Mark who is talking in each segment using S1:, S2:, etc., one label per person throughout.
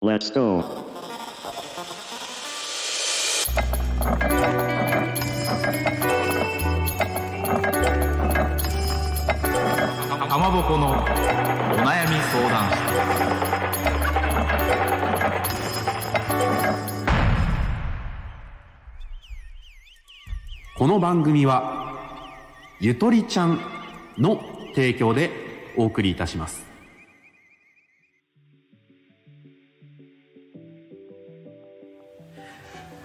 S1: Let's go.
S2: かまぼこのお悩み相談室
S3: この番組は、ゆとりちゃんの提供でお送りいたします。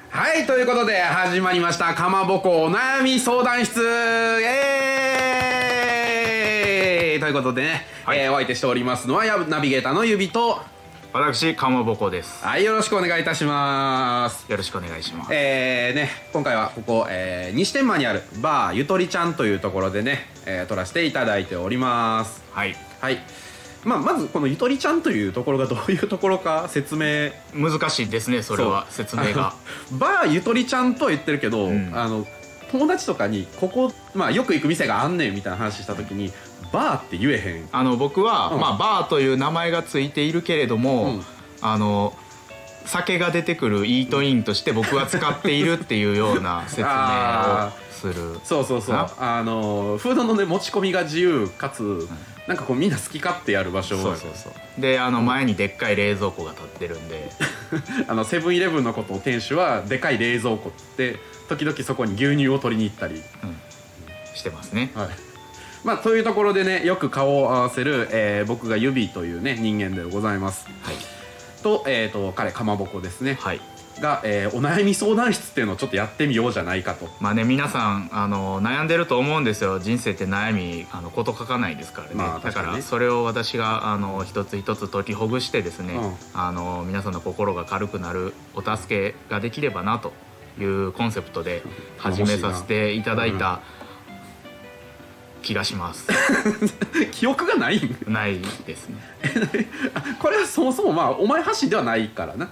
S3: はい、ということで始まりました、かまぼこお悩み相談室イエーイということでね、
S2: はい
S3: えーお相手しておりますのは、やナビゲーターの指と、
S2: 私かまぼこです
S3: はい、よろしくお願いいたします。
S2: よろしくお願いします
S3: えーね、今回はここ、えー西天満にあるバーゆとりちゃんというところでね、えー撮らせていただいております
S2: はい
S3: はい、まあ、まずこのゆとりちゃんというところがどういうところか 説明
S2: 難しいですねそれは
S3: そう
S2: 説明 が
S3: あのバーゆとりちゃんとは言ってるけど、
S2: ん
S3: あの友達とかにここ、まあ、よく行く店があんねんみたいな話した時にバーって言えへん
S2: あの僕は、
S3: うん
S2: まあ、バーという名前がついているけれども、
S3: うん
S2: あの酒が出てくるイートインとして僕は使っているっていうよう な説明を
S3: あ
S2: する
S3: そうそうそう
S2: な
S3: あのフードのね持ち込みが自由かつ、なんかこうみんな好き勝手やる場所
S2: そうそうそうであの前にでっかい冷蔵庫が立ってるんで
S3: あのセブンイレブンのことを店主はでかい冷蔵庫って時々そこに牛乳を取りに行ったり、
S2: してますね
S3: はいまあ、というところでねよく顔を合わせる、えー僕がユビーというね人間でございます
S2: はい
S3: と,、えー、と彼かまぼこですね、
S2: はい
S3: が、えーお悩み相談室っていうのをちょっとやってみようじゃないかと
S2: まあね皆さんあの悩んでると思うんですよ人生って悩みあのこと書かないですからね、
S3: まあ
S2: だか
S3: 確かにね
S2: らそれを私があの一つ一つ解きほぐしてですね、
S3: うん
S2: あの皆さんの心が軽くなるお助けができればなというコンセプトで始めさせていただいた気がし ます、
S3: 記憶がない
S2: ないですね
S3: これはそもそもまあお前発信ではないからな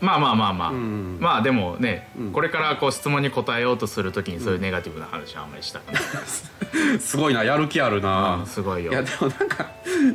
S2: まあまあまあまあ、
S3: ん
S2: まあでもね、
S3: うん
S2: これからこう質問に答えようとするときにそういうネガティブな話はあんまりしたくない、
S3: すごいなやる気あるな、
S2: うんすごいよ
S3: いやでもなんか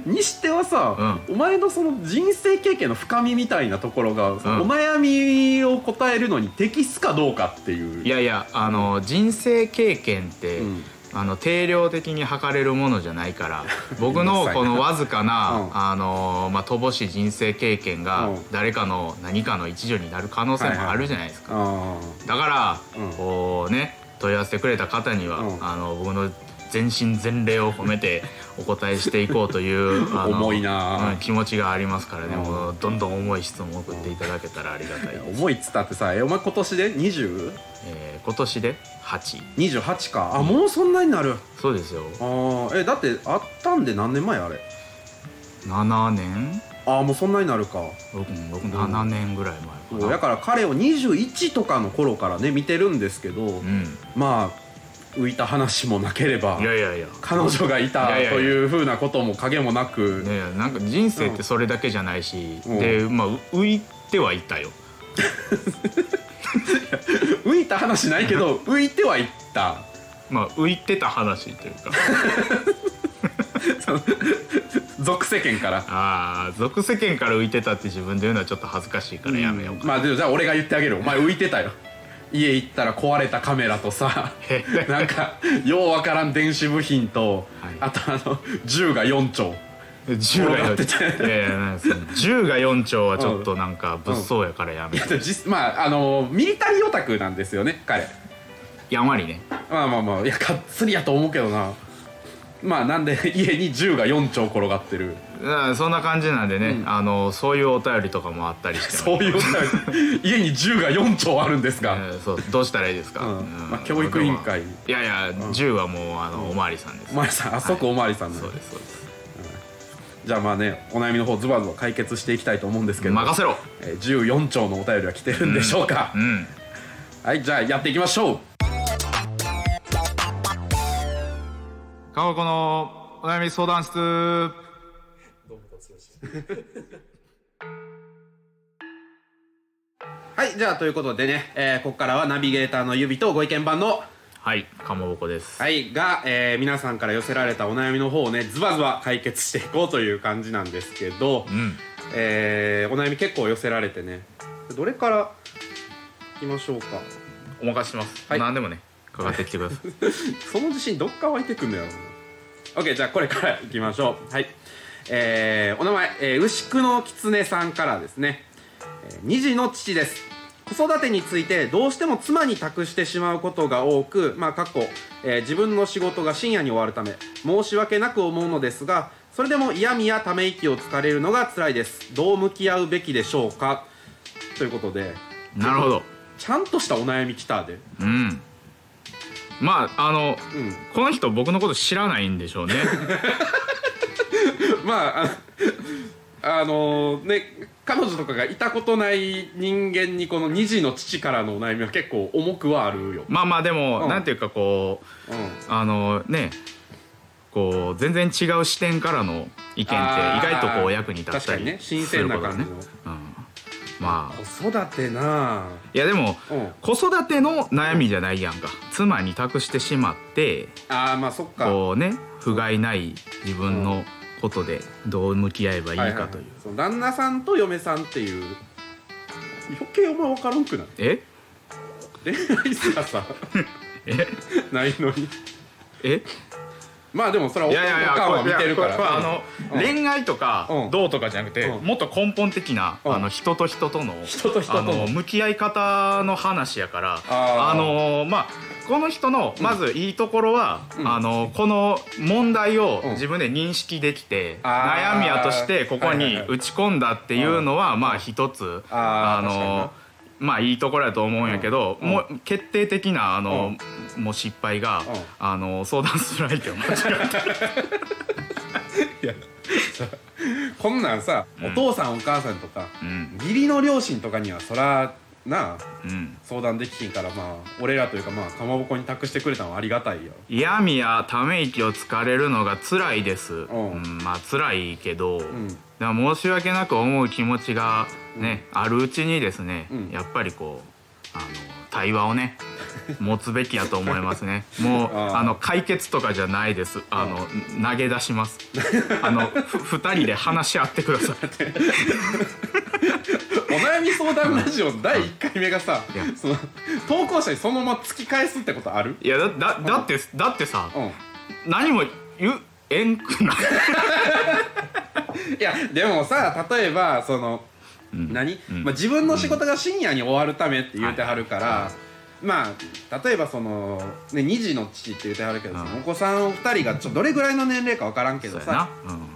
S3: にしてはさ、
S2: う
S3: お前のその人生経験の深みみたいなところが、お
S2: ん
S3: 悩みを答えるのに適すかどうかっていう
S2: いやいやあの、人生経験って、
S3: うん
S2: あの定量的に測れるものじゃない から僕
S3: うる
S2: の
S3: さいな
S2: このわずかな、
S3: うん
S2: あのまあ、乏しい人生経験が
S3: うん
S2: 誰かの何かの一助になる可能性もあるじゃないですか、
S3: あ
S2: だから、
S3: うん
S2: こうね問い合わせてくれた方には、
S3: うん
S2: あの僕の全身全霊を込め てお答えしていこうというあの
S3: 重いなあ
S2: うん気持ちがありますからね、
S3: うん
S2: もうどんどん重い質問を送っていただけたらありがたい
S3: ー
S2: です、
S3: 重いっつったってさえお前今年で 20?28
S2: えー今年で8位
S3: かあもうそんなになる
S2: そうですよ
S3: あーえだってあったんで何年前あれ
S2: 7年
S3: ああもうそんなになるか
S2: 僕も僕7年ぐらい前かな
S3: だから彼を21とかの頃からね見てるんですけど、
S2: うん
S3: まあ浮いた話もなければ
S2: いやいやいや
S3: 彼女がいた
S2: い
S3: と
S2: やいやいや
S3: いうふうなことも影もなく
S2: いやいやなんか人生ってそれだけじゃないし、
S3: うん
S2: でまあう浮いてはいたよ
S3: 浮いた話ないけ ど浮いてはいった
S2: まあ浮いてた話というか
S3: 俗世間から
S2: ああ俗世間から浮いてたって自分で言うのはちょっと恥ずかしいからやめようか、
S3: まあでもじゃあ俺が言ってあげるお前浮いてたよ家行ったら壊れたカメラ とさなんかようわからん電子部品と、
S2: はい
S3: あとあの銃が4丁
S2: 銃が
S3: 転がって
S2: 4
S3: て
S2: 丁いやいやなんかその銃が4丁はちょっとなんか物騒やからやめ
S3: い
S2: よ
S3: や
S2: う、
S3: でも実まああのミリタリーオタクなんですよね彼
S2: やまりね
S3: まあまあまあいやかっつりやと思うけどなまあなんで家に銃が4丁転がってる
S2: うんそんな感じなんでね、あのそういうお便りとかもあったりして
S3: そういうお便り家に銃が4丁あるんですが、
S2: えーそうどうしたらいいですか、
S3: うん
S2: うん
S3: まあ教育委員会
S2: いやいや銃はもうあの、おまわりさんです
S3: おまわりさんあそこおまわりさんなの
S2: そうですそうです
S3: じゃあまあねお悩みの方ズバズバ解決していきたいと思うんですけど
S2: 任せろ
S3: えー14兆のお便りは来てるんでしょうか、
S2: うん
S3: はいじゃあやっていきましょう
S2: かまこのお悩み相談室
S3: はいじゃあということでね、えーここからはナビゲーターの指とご意見番の
S2: はいかまぼこです、
S3: はいが、えー皆さんから寄せられたお悩みの方をねズバズバ解決していこうという感じなんですけど、
S2: うん
S3: えーお悩み結構寄せられてねどれからいきましょうか
S2: お任せします、
S3: はい
S2: 何でもねかかってきてください
S3: その自信どっから湧いてくんのやろうな OK じゃあこれからいきましょうはいえーお名前、えー牛久の狐さんからですね、えー、2児の父です子育てについてどうしても妻に託してしまうことが多く、まあ、過去、えー自分の仕事が深夜に終わるため申し訳なく思うのですがそれでも嫌みやため息をつかれるのが辛いですどう向き合うべきでしょうかということで
S2: なるほど
S3: ちゃんとしたお悩み来たで
S2: うんまああの
S3: うん
S2: この人僕のこと知らないんでし ょうね
S3: まああ あのね彼女とかがいたことない人間にこの2児の父からのお悩みは結構重くはあるよ、
S2: まあまあでも、
S3: うん
S2: なんていうかこう
S3: うん、
S2: あのねこう全然違う視点からの意見って意
S3: あー
S2: 外とこう役に立った
S3: 確かに
S2: り
S3: ね
S2: す
S3: 新鮮
S2: る
S3: な
S2: ことが
S3: 感じ
S2: ね
S3: の、
S2: うん、まあ
S3: 子育てなあ
S2: いやでも
S3: うん
S2: 子育ての悩みじゃないやんか妻に託してしまって
S3: あーまあそっか
S2: こうね不甲斐ない自分のことでどう向き合えばいい
S3: はいはいは
S2: か
S3: い
S2: という
S3: その旦那さんと嫁さんっていう余計お前分からんくない
S2: え
S3: 恋愛すらさ
S2: え
S3: ないのに
S2: え
S3: まあでもそれはいお
S2: やいやいや
S3: 母は
S2: これ
S3: 見てるから
S2: これこれあの
S3: うん
S2: 恋愛と
S3: う
S2: か
S3: ん
S2: どうとかじゃなくて
S3: うん
S2: もっと根本的な
S3: うん
S2: あの人と人との
S3: 人と人と
S2: あ
S3: の
S2: の向き合い方の話やから
S3: あー
S2: あのまあこの人のまずいいところは、
S3: うん
S2: あのこの問題を
S3: うん
S2: 自分で認識できて、
S3: あー
S2: 悩みやとしてここ
S3: はい
S2: に
S3: はいはい
S2: 打ち込んだっていうのは、まあ一つ
S3: あー
S2: あ
S3: 確かにな
S2: のまあいいところやと思うんやけど、
S3: うん
S2: もう決定的なあの、もう失敗が、
S3: ん
S2: あの相談する相手を間違 って
S3: いやさこんなんさ、
S2: うん
S3: お父さんお母さんとか
S2: うん
S3: 義理の両親とかにはそらなあ
S2: うん
S3: 相談できひんからまあ俺らというかまあかまぼこに託してくれたのはありがたいよ
S2: 嫌味やため息をつかれるのが辛いです、うんんまあ辛いけど、
S3: うん
S2: だから申し訳なく思う気持ちがね、あるうちにですね、
S3: うん
S2: やっぱりこうあの対話を ね持つべきやと思いますねもう
S3: あー
S2: あの解決とかじゃないですあの、投げ出しますあのふ2人で話し合ってくだ さい
S3: お悩み相談ラジオ第1回目がさ
S2: いや
S3: その投稿者にそのまま突き返すってことある
S2: いやだだだってだってさ、
S3: う
S2: 何も言うえんくない
S3: んいやでもさ例えばその
S2: うん
S3: 何、
S2: うん
S3: まあ、自分の仕事が深夜に終わるためって言うてはるから、
S2: はいはい
S3: まあ例えばその、ね、2児の父って言うてはるけど、
S2: うん
S3: そのお子さんお二人がちょどれぐらいの年齢か分からんけ
S2: そ
S3: ど
S2: うやな
S3: さ、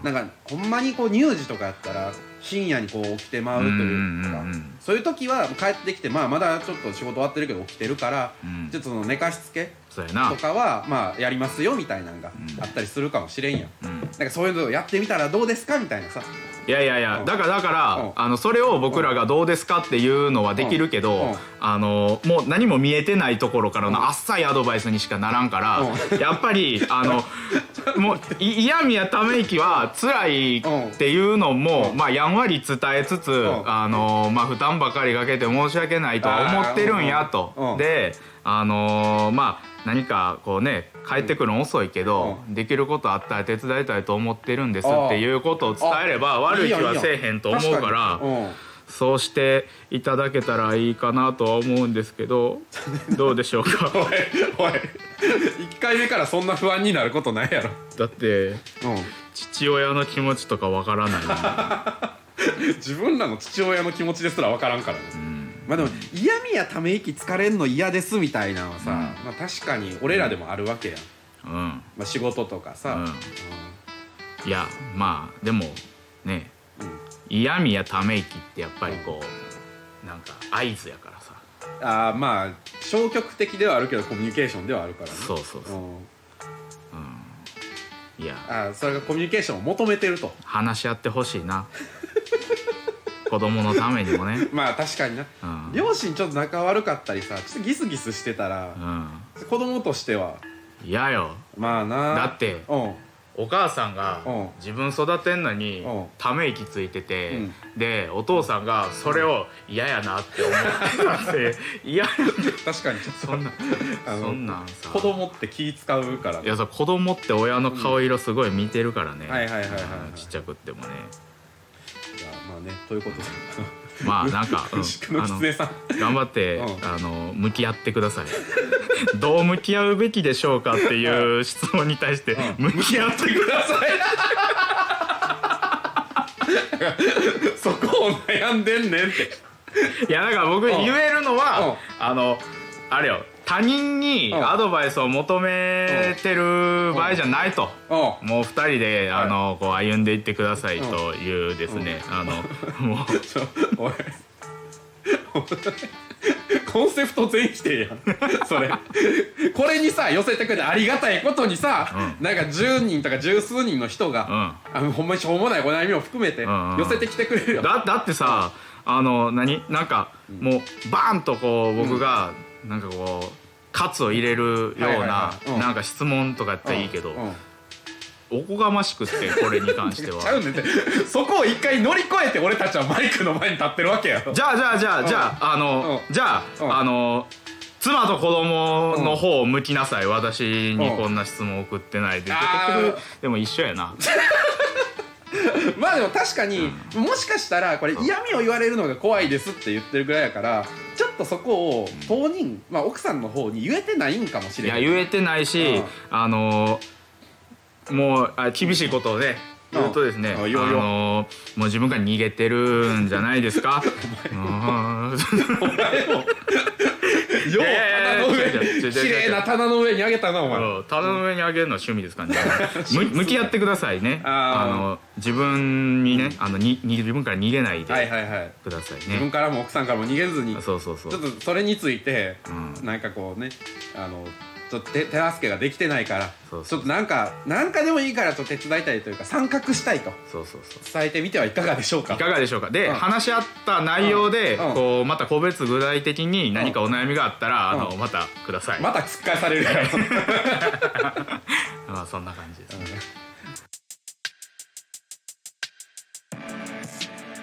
S2: うん
S3: なんかほんまにこう乳児とかやったら深夜にこう起きてまうというか
S2: うんうんうんうん
S3: そういう時は帰ってきて、まあ、まだちょっと仕事終わってるけど起きてるから、
S2: うん
S3: ちょっとその寝かしつけ
S2: そうやな
S3: とかはまあやりますよみたいなのが
S2: うん
S3: あったりするかもしれんやん。
S2: うん
S3: なんかそういうのをやってみたらどうですかみたいなさ
S2: いやいやいや、
S3: うん
S2: だからだから、
S3: うん
S2: あのそれを僕らがどうですかっていうのはできるけど、
S3: うんうん
S2: あのもう何も見えてないところから
S3: う
S2: のあっさいアドバイスにしかならんから、
S3: う
S2: やっぱりあのもうい嫌みやため息は辛いっていうのも、
S3: うん
S2: まあ、やんわり伝えつつ、
S3: ん
S2: あのまあ、負担ばかりかけて申し訳ないとは思ってるんやと。
S3: あーうんうん
S2: であのまあ何かこうね帰ってくるの遅いけど、できることあったら手伝いたいと思ってるんですっていうことを伝えれば悪い気はせえへんと思うから
S3: 確 にうん
S2: そうしていただけたらいいかなとは思うんですけ どどうでしょうか
S3: おいおい1回目からそんな不安になることないやろ
S2: だって
S3: う
S2: 父親の気持ちとかわからないのに
S3: ん 自分らの父親の気持ちですら分からんからね、まあでも嫌味やため息疲れんの嫌ですみたいなのはさ、
S2: うん
S3: まあ、確かに俺らでもあるわけやん、
S2: うん
S3: まあ、仕事とかさ、
S2: うん
S3: う
S2: いやまあでもね
S3: んうん
S2: 嫌味やため息ってやっぱりこうなんか合図やからさ
S3: あーまあ消極的ではあるけどコミュニケーションではあるからね
S2: そうそうそう、
S3: うん
S2: うん、いや
S3: あーそれがコミュニケーションを求めてると
S2: 話し合ってほしい な子供のためにもね
S3: まあ確かにな、
S2: うん
S3: 両親ちょっと仲悪かったりさちょっとギスギスしてたら
S2: う、ん
S3: 子供としては
S2: 嫌よ
S3: まあな
S2: だって
S3: うん
S2: お母さんが
S3: うん
S2: 自分育てんのに
S3: うん
S2: ため息ついてて、
S3: うん
S2: でお父さんがそれを嫌やなって思ってたっ て嫌や
S3: 確かにちょっ
S2: そんな
S3: あの
S2: そんなんさ
S3: と子供って気使うから
S2: いやさ子供って親の顔色すごい見てるからね、
S3: はいはいはいはいはい
S2: うんちっちゃくってもね
S3: いやまあねということで
S2: まあなんか、うん
S3: 牛久の
S2: あの
S3: 狐さん
S2: 頑張って、
S3: うん
S2: あの向き合ってくださいどう向き合うべきでしょうかっていう質問に対して
S3: う
S2: 向き合ってく
S3: くださいそこを悩んでんねんって
S2: いやだから僕
S3: ん
S2: 言えるのは、あのあれよ他人に
S3: うん
S2: アドバイスを求めてる場合じゃないと、
S3: うん
S2: もう2人で
S3: はい
S2: あのこう歩んでいってくださいというですね、あ のもう
S3: ちょおいおいコンセプト全否定やんそれこれにさ寄せてくれてありがたいことにさ、なんか10人とか十数人の人が、あのほんまにしょうもないお悩みを含めて
S2: んうん
S3: 寄せてきてくれるよ、
S2: だだってさあの何なんかもうバーンとこう僕がなんかこうカツを入れるよう
S3: はいはい
S2: な
S3: はいうん
S2: なんか質問とかやったらいいけど
S3: うん
S2: おこがましくってこれに関 しては
S3: ちゃうねんてそこを一回乗り越えて俺たちはマイクの前に立ってるわけやろ
S2: じゃあじゃあじゃあじゃああの
S3: う
S2: じゃ
S3: うん
S2: ああの妻と子供の方を向きなさい私にこんな質問送ってないで
S3: あ
S2: でも一緒やな
S3: まあでも確かに、もしかしたらこれ嫌味を言われるのが怖いですって言ってるぐらいやからちょっとそこを当人、まあ、奥さんの方に言えてないんかもし
S2: い
S3: れな
S2: や
S3: い
S2: 言えてないし、
S3: うん
S2: あのーもうあ厳しいことをね
S3: うん
S2: 言うとですね、
S3: あ
S2: あ
S3: 言おう言おう
S2: のーもう自分から逃げてるんじゃないです か。うんい
S3: よう
S2: やいやいや
S3: 棚の
S2: 違う違う違
S3: 上
S2: う
S3: 綺麗な棚の上にあげたなお前、
S2: そう棚の上に上げるのは趣味ですから ね。む向き合ってくださいね。あ
S3: あー
S2: の自分にね、あのにに自分から逃げない
S3: はい
S2: で
S3: はいはい
S2: ください
S3: 自分
S2: ね。
S3: からも奥さんからも逃げずにちょ
S2: そうそうそう。
S3: っとそれについて、
S2: うん
S3: なんかこうねあのちょっと手手助けができてないから
S2: そうそう
S3: ちょっとなんかなんかでもいいからちょっと手伝いたいというか参画したいと
S2: そうそうそう。
S3: 伝えてみてはいかがでしょうか
S2: いかがでしょうかで、
S3: うん
S2: 話し合った内容で、
S3: うんうん
S2: こうまた個別具体的に何かお悩みがあったら、あ
S3: う
S2: のまたください、
S3: また突っ返されるから
S2: まあそんな感じです、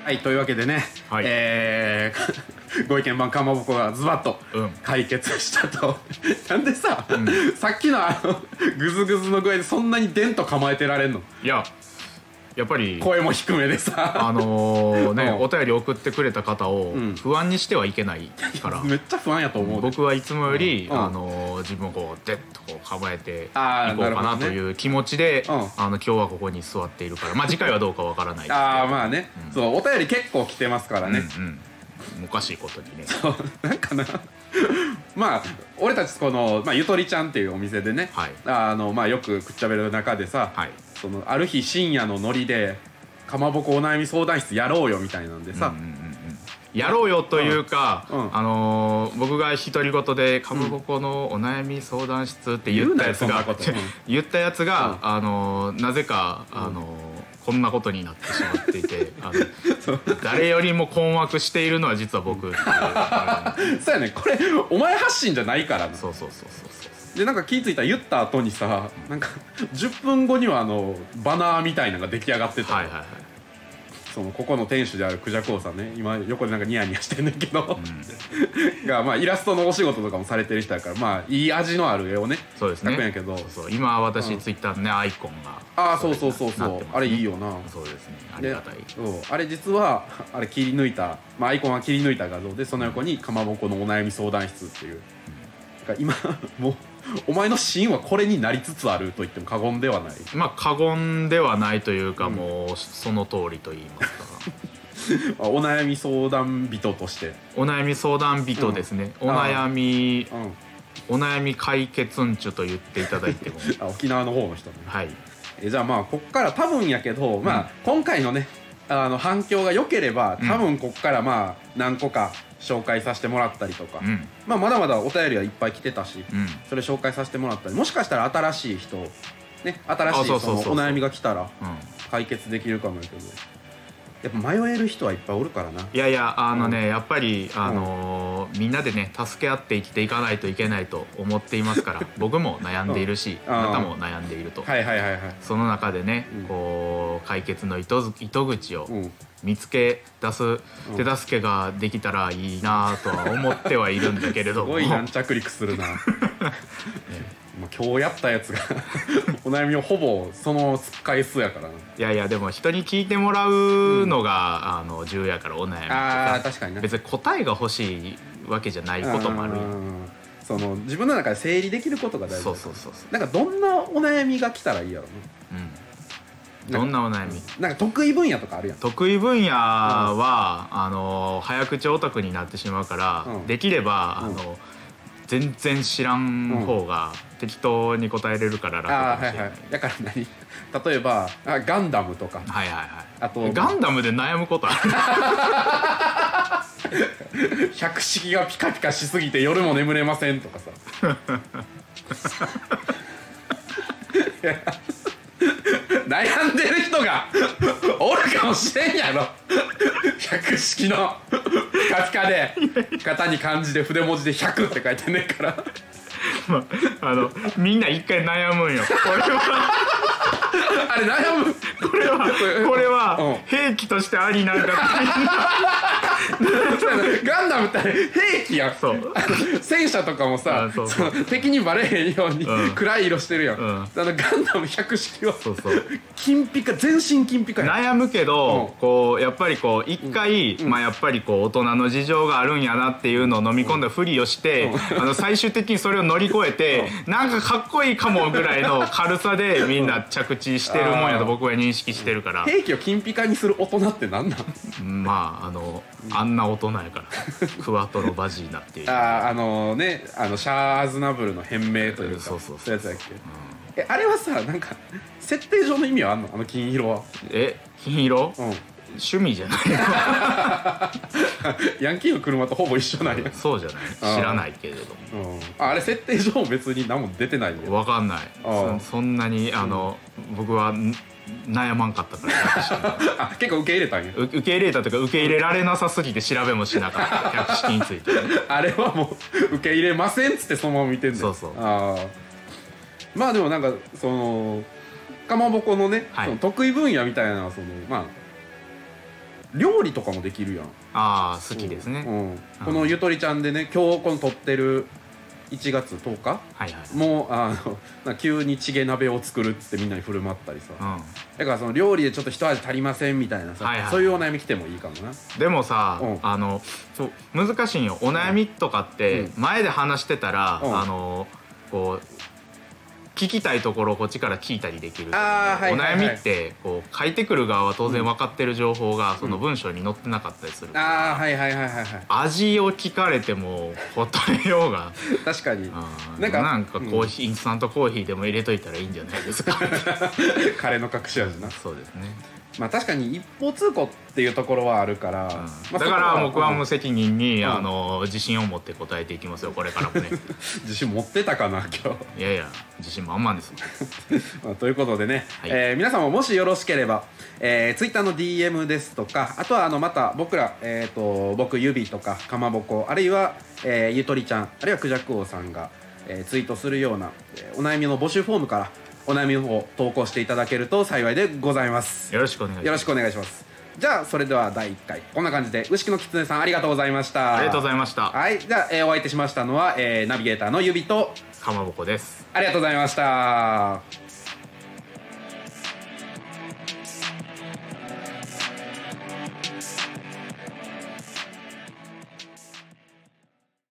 S3: はい、というわけでね、
S2: はい
S3: えー ご意見番かまぼこがズバッと
S2: うん
S3: 解決したと、 なんでさ、さっきのあのグズグズの具合でそんなにデンと構えてられんの
S2: いややっぱり
S3: 声も低めでさ
S2: あのーね、
S3: うん
S2: お便り送ってくれた方を
S3: ん
S2: 不安にしてはいけない から、
S3: めっちゃ不安やと思うで
S2: 僕はいつもより、
S3: うん
S2: あのー自分をこうデッとこう構えていこう
S3: あー
S2: か
S3: なるほ
S2: な
S3: どね
S2: という気持ちで、
S3: うん
S2: あの今日はここに座っているからまあ次回はどうかわからないです
S3: ああまあね、そうお便り結構来てますからね、
S2: うんうん、おかしいことにね
S3: なんかなまあ俺たちこの、まあ、ゆとりちゃんっていうお店でね、
S2: はい
S3: あのまあ、よくくっちゃべる中でさ、
S2: はい
S3: そのある日深夜のノリでかまぼこお悩み相談室やろうよみたいなんでさ、
S2: やろうよというか、
S3: うんうん
S2: あのー僕が独り言で「かまぼこのお悩み相談室」って言ったやつ
S3: 言うな
S2: が
S3: よそんなことうん
S2: 言ったやつが、
S3: う
S2: あのーなぜか、あのーこんなことになってしまっていてあ の誰よりも困惑しているのは実は僕 っていうあ
S3: そうやねこれお前発信じゃないからな
S2: のそうそうそうそうそう
S3: でなんか気付いたら言った後にさなんか10分後にはあのバナーみたいなのが出来上がってた、
S2: はいはいはい
S3: そのここの店主であるクジャコウさんね今横でなんかニヤニヤしてんねんけど、 がまあイラストのお仕事とかもされてる人だからまあいい味のある絵をね
S2: そうです
S3: 描くんや
S2: ね
S3: けど
S2: そう今私、
S3: うん
S2: ツイッターのねアイコンが
S3: ああそうそうそうそ
S2: なっ
S3: う
S2: てますね
S3: あれいいよな
S2: そうですねあり
S3: で
S2: がたい
S3: そうあれ実はあれ切り抜いた、まあ、アイコンは切り抜いた画像でその横にかまぼこのお悩み相談室っていう、だから今 もうお前のシーンはこれになりつつあると言っても過言ではない
S2: まあ過言ではないというか、もうその通りと言いますか
S3: あお悩み相談人として、
S2: お悩み相談人ですね、
S3: うん
S2: お悩み
S3: うん、
S2: お悩み解決んちゅと言っていただいても
S3: あ沖縄の方の人ね
S2: はい
S3: えじゃあまあこっから多分やけど、まあ今回のねあの反響が良ければ
S2: うん
S3: 多分こっからまあ何個か紹介させてもらったりとか、
S2: うん
S3: まあ、まだまだお便りはいっぱい来てたし、
S2: うん
S3: それ紹介させてもらったりもしかしたら新しい人ね新し
S2: あ
S3: い
S2: そう
S3: そ
S2: そ
S3: の
S2: うそうそう
S3: お悩みが来たら
S2: うん
S3: 解決できるかもやけどやっぱ迷える人はいっぱいおるからない
S2: やいやあのね、やっぱりあのーみんなでね助け合って生きていかないといけないと思っていますから 僕も悩んでいるし、
S3: うん
S2: あなたも悩んでいると、
S3: はいはいはいはい
S2: その中でね、
S3: うん
S2: こう解決の糸づ糸口を
S3: うん
S2: 見つけ出す手助けができたらいいなとは思ってはいるんだけれ
S3: す
S2: ども
S3: ごい軟着陸するなまあ今日やったやつが お悩みをほぼその回数やからない
S2: やいやでも人に聞いてもらうのが、あの重要やからお悩みとか
S3: あー確かにな
S2: 別に答えが欲しいわけじゃないこともあるよ
S3: うんその自分の中で整理できることが大事
S2: そうそうそうそ
S3: なんかどんなお悩みが来たらいいやろ
S2: う、うん、どんなお悩み
S3: ななんか得意分野とかあるやん
S2: 得意分野は、あの早口オタクになってしまうから、
S3: うん
S2: できれば、
S3: うん
S2: あの全然知らん方が適当に答えれるから
S3: ああ
S2: 楽か
S3: ー
S2: も
S3: は
S2: しれな、
S3: いはいいだから何例えばあガンダムとか
S2: はいはいはい
S3: あと
S2: ガンダムで悩む ことある
S3: 百式がピカピカしすぎて夜も眠れませんとかさいや悩んでる人がおるかもしれんやろ百式のピカピカで型に漢字で筆文字で100って書いてんねんから
S2: あのみんな一回悩むんよこれは
S3: あれ悩む
S2: こ れはこれ
S3: うん
S2: は兵器としてありなんか
S3: ガンダムってあれ兵器やん
S2: そう
S3: あの戦車とかもさ
S2: あそうそう
S3: その敵にバレへんように
S2: うん
S3: 暗い色してるやん、
S2: ん
S3: あのガンダム100式は
S2: そうそう
S3: 金ピカ全身金ピカや
S2: 悩
S3: ん
S2: むけど、
S3: うん
S2: こうやっぱりこう一回、まあ、やっぱりこう大人の事情があるんやなっていうのを飲み込んだふりをして、あの最終的にそれを乗り越えて、なんかかっこいいかもぐらいの軽さでみんな着地してるもんやと僕は認識してるから、
S3: 兵器を金ピカにする大人って何なん
S2: まああのあんな大人やからクワトロバジーナっていう
S3: あーあのねあのシャアーズナブルの変名というか
S2: そうそうそう
S3: やつだっけ、えあれはさなんか設定上の意味はあんのあの金色は
S2: え金色、
S3: うん
S2: 趣味じゃない
S3: ヤンキーの車とほぼ一緒なんや、
S2: そうじゃない知らないけれども
S3: うん、ああれ設定上別に何も出てないよ
S2: わかんない
S3: ああ
S2: そそんなにあの、僕はん悩まんかったから
S3: あ結構受け入れたんや
S2: う受け入れたというか受け入れられなさすぎて調べもしなかった百式について
S3: あれはもう受け入れませんっつってそのまま見てんだよ
S2: そうそう
S3: あーまあでもなんかそのかまぼこのね、
S2: はい
S3: その得意分野みたいなのはそのまあ料理とかもできるやん
S2: ああ好きですね、
S3: うんこのゆとりちゃんでね今日この撮ってる1月10日
S2: はいはい、
S3: もうあの なんか急にチゲ鍋を作るっつってみんなに振る舞ったりさ、
S2: う
S3: だからその料理でちょっと一味足りませんみたいなさ、
S2: はいはい、
S3: そういうお悩み来てもいいかもなん
S2: でもさ、
S3: うん
S2: あのそう難しいんよお悩みとかって
S3: う
S2: 前で話してたら、
S3: うん
S2: あのこう聞きたいところをこっちから聞いたりできるけど
S3: あーはい
S2: お
S3: はい
S2: 悩
S3: はい
S2: みってこう書いてくる側は当然分かってる情報がその文章に載ってなかったりするから、
S3: ああはいはいはいはいはい
S2: 味を聞かれても答えようが
S3: 確かに
S2: あー
S3: なんか
S2: なんかコーヒー、インスタントコーヒーでも入れといたらいいんじゃないですか
S3: カレーの隠し味な
S2: そうですね、
S3: まあ確かに一方通行っていうところはあるから、
S2: うん
S3: まあ
S2: だから僕は無
S3: そこ
S2: 責任に、
S3: うん
S2: あの自信を持って答えていきますよこれからもね
S3: うん自信持ってたかな今日
S2: いやいや自信満々です
S3: まあということでね、
S2: はい
S3: えー皆さんももしよろしければ、えー、ツイッターの DM ですとかあとはあのまた僕ら、えー、と僕ゆびとかかまぼこあるいは、えーゆとりちゃんあるいはくじゃく王さんが、えーツイートするような、えーお悩みの募集フォームからお悩みの方を投稿していただけると幸いでございます
S2: よろしくお願いし
S3: よ
S2: ま
S3: ろ
S2: す
S3: しくお願いしますじゃあそれでは第1回こんな感じで牛久のきつねさんありがとうございました
S2: ありがとうございました
S3: はいじゃあ、えーお相手しましたのは、えーナビゲーターのゆびと
S2: かまぼこです
S3: ありがとうございました